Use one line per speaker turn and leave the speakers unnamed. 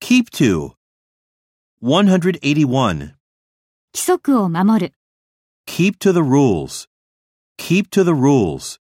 Keep to. 181.
規則を守る。
Keep to the rules. Keep to the rules.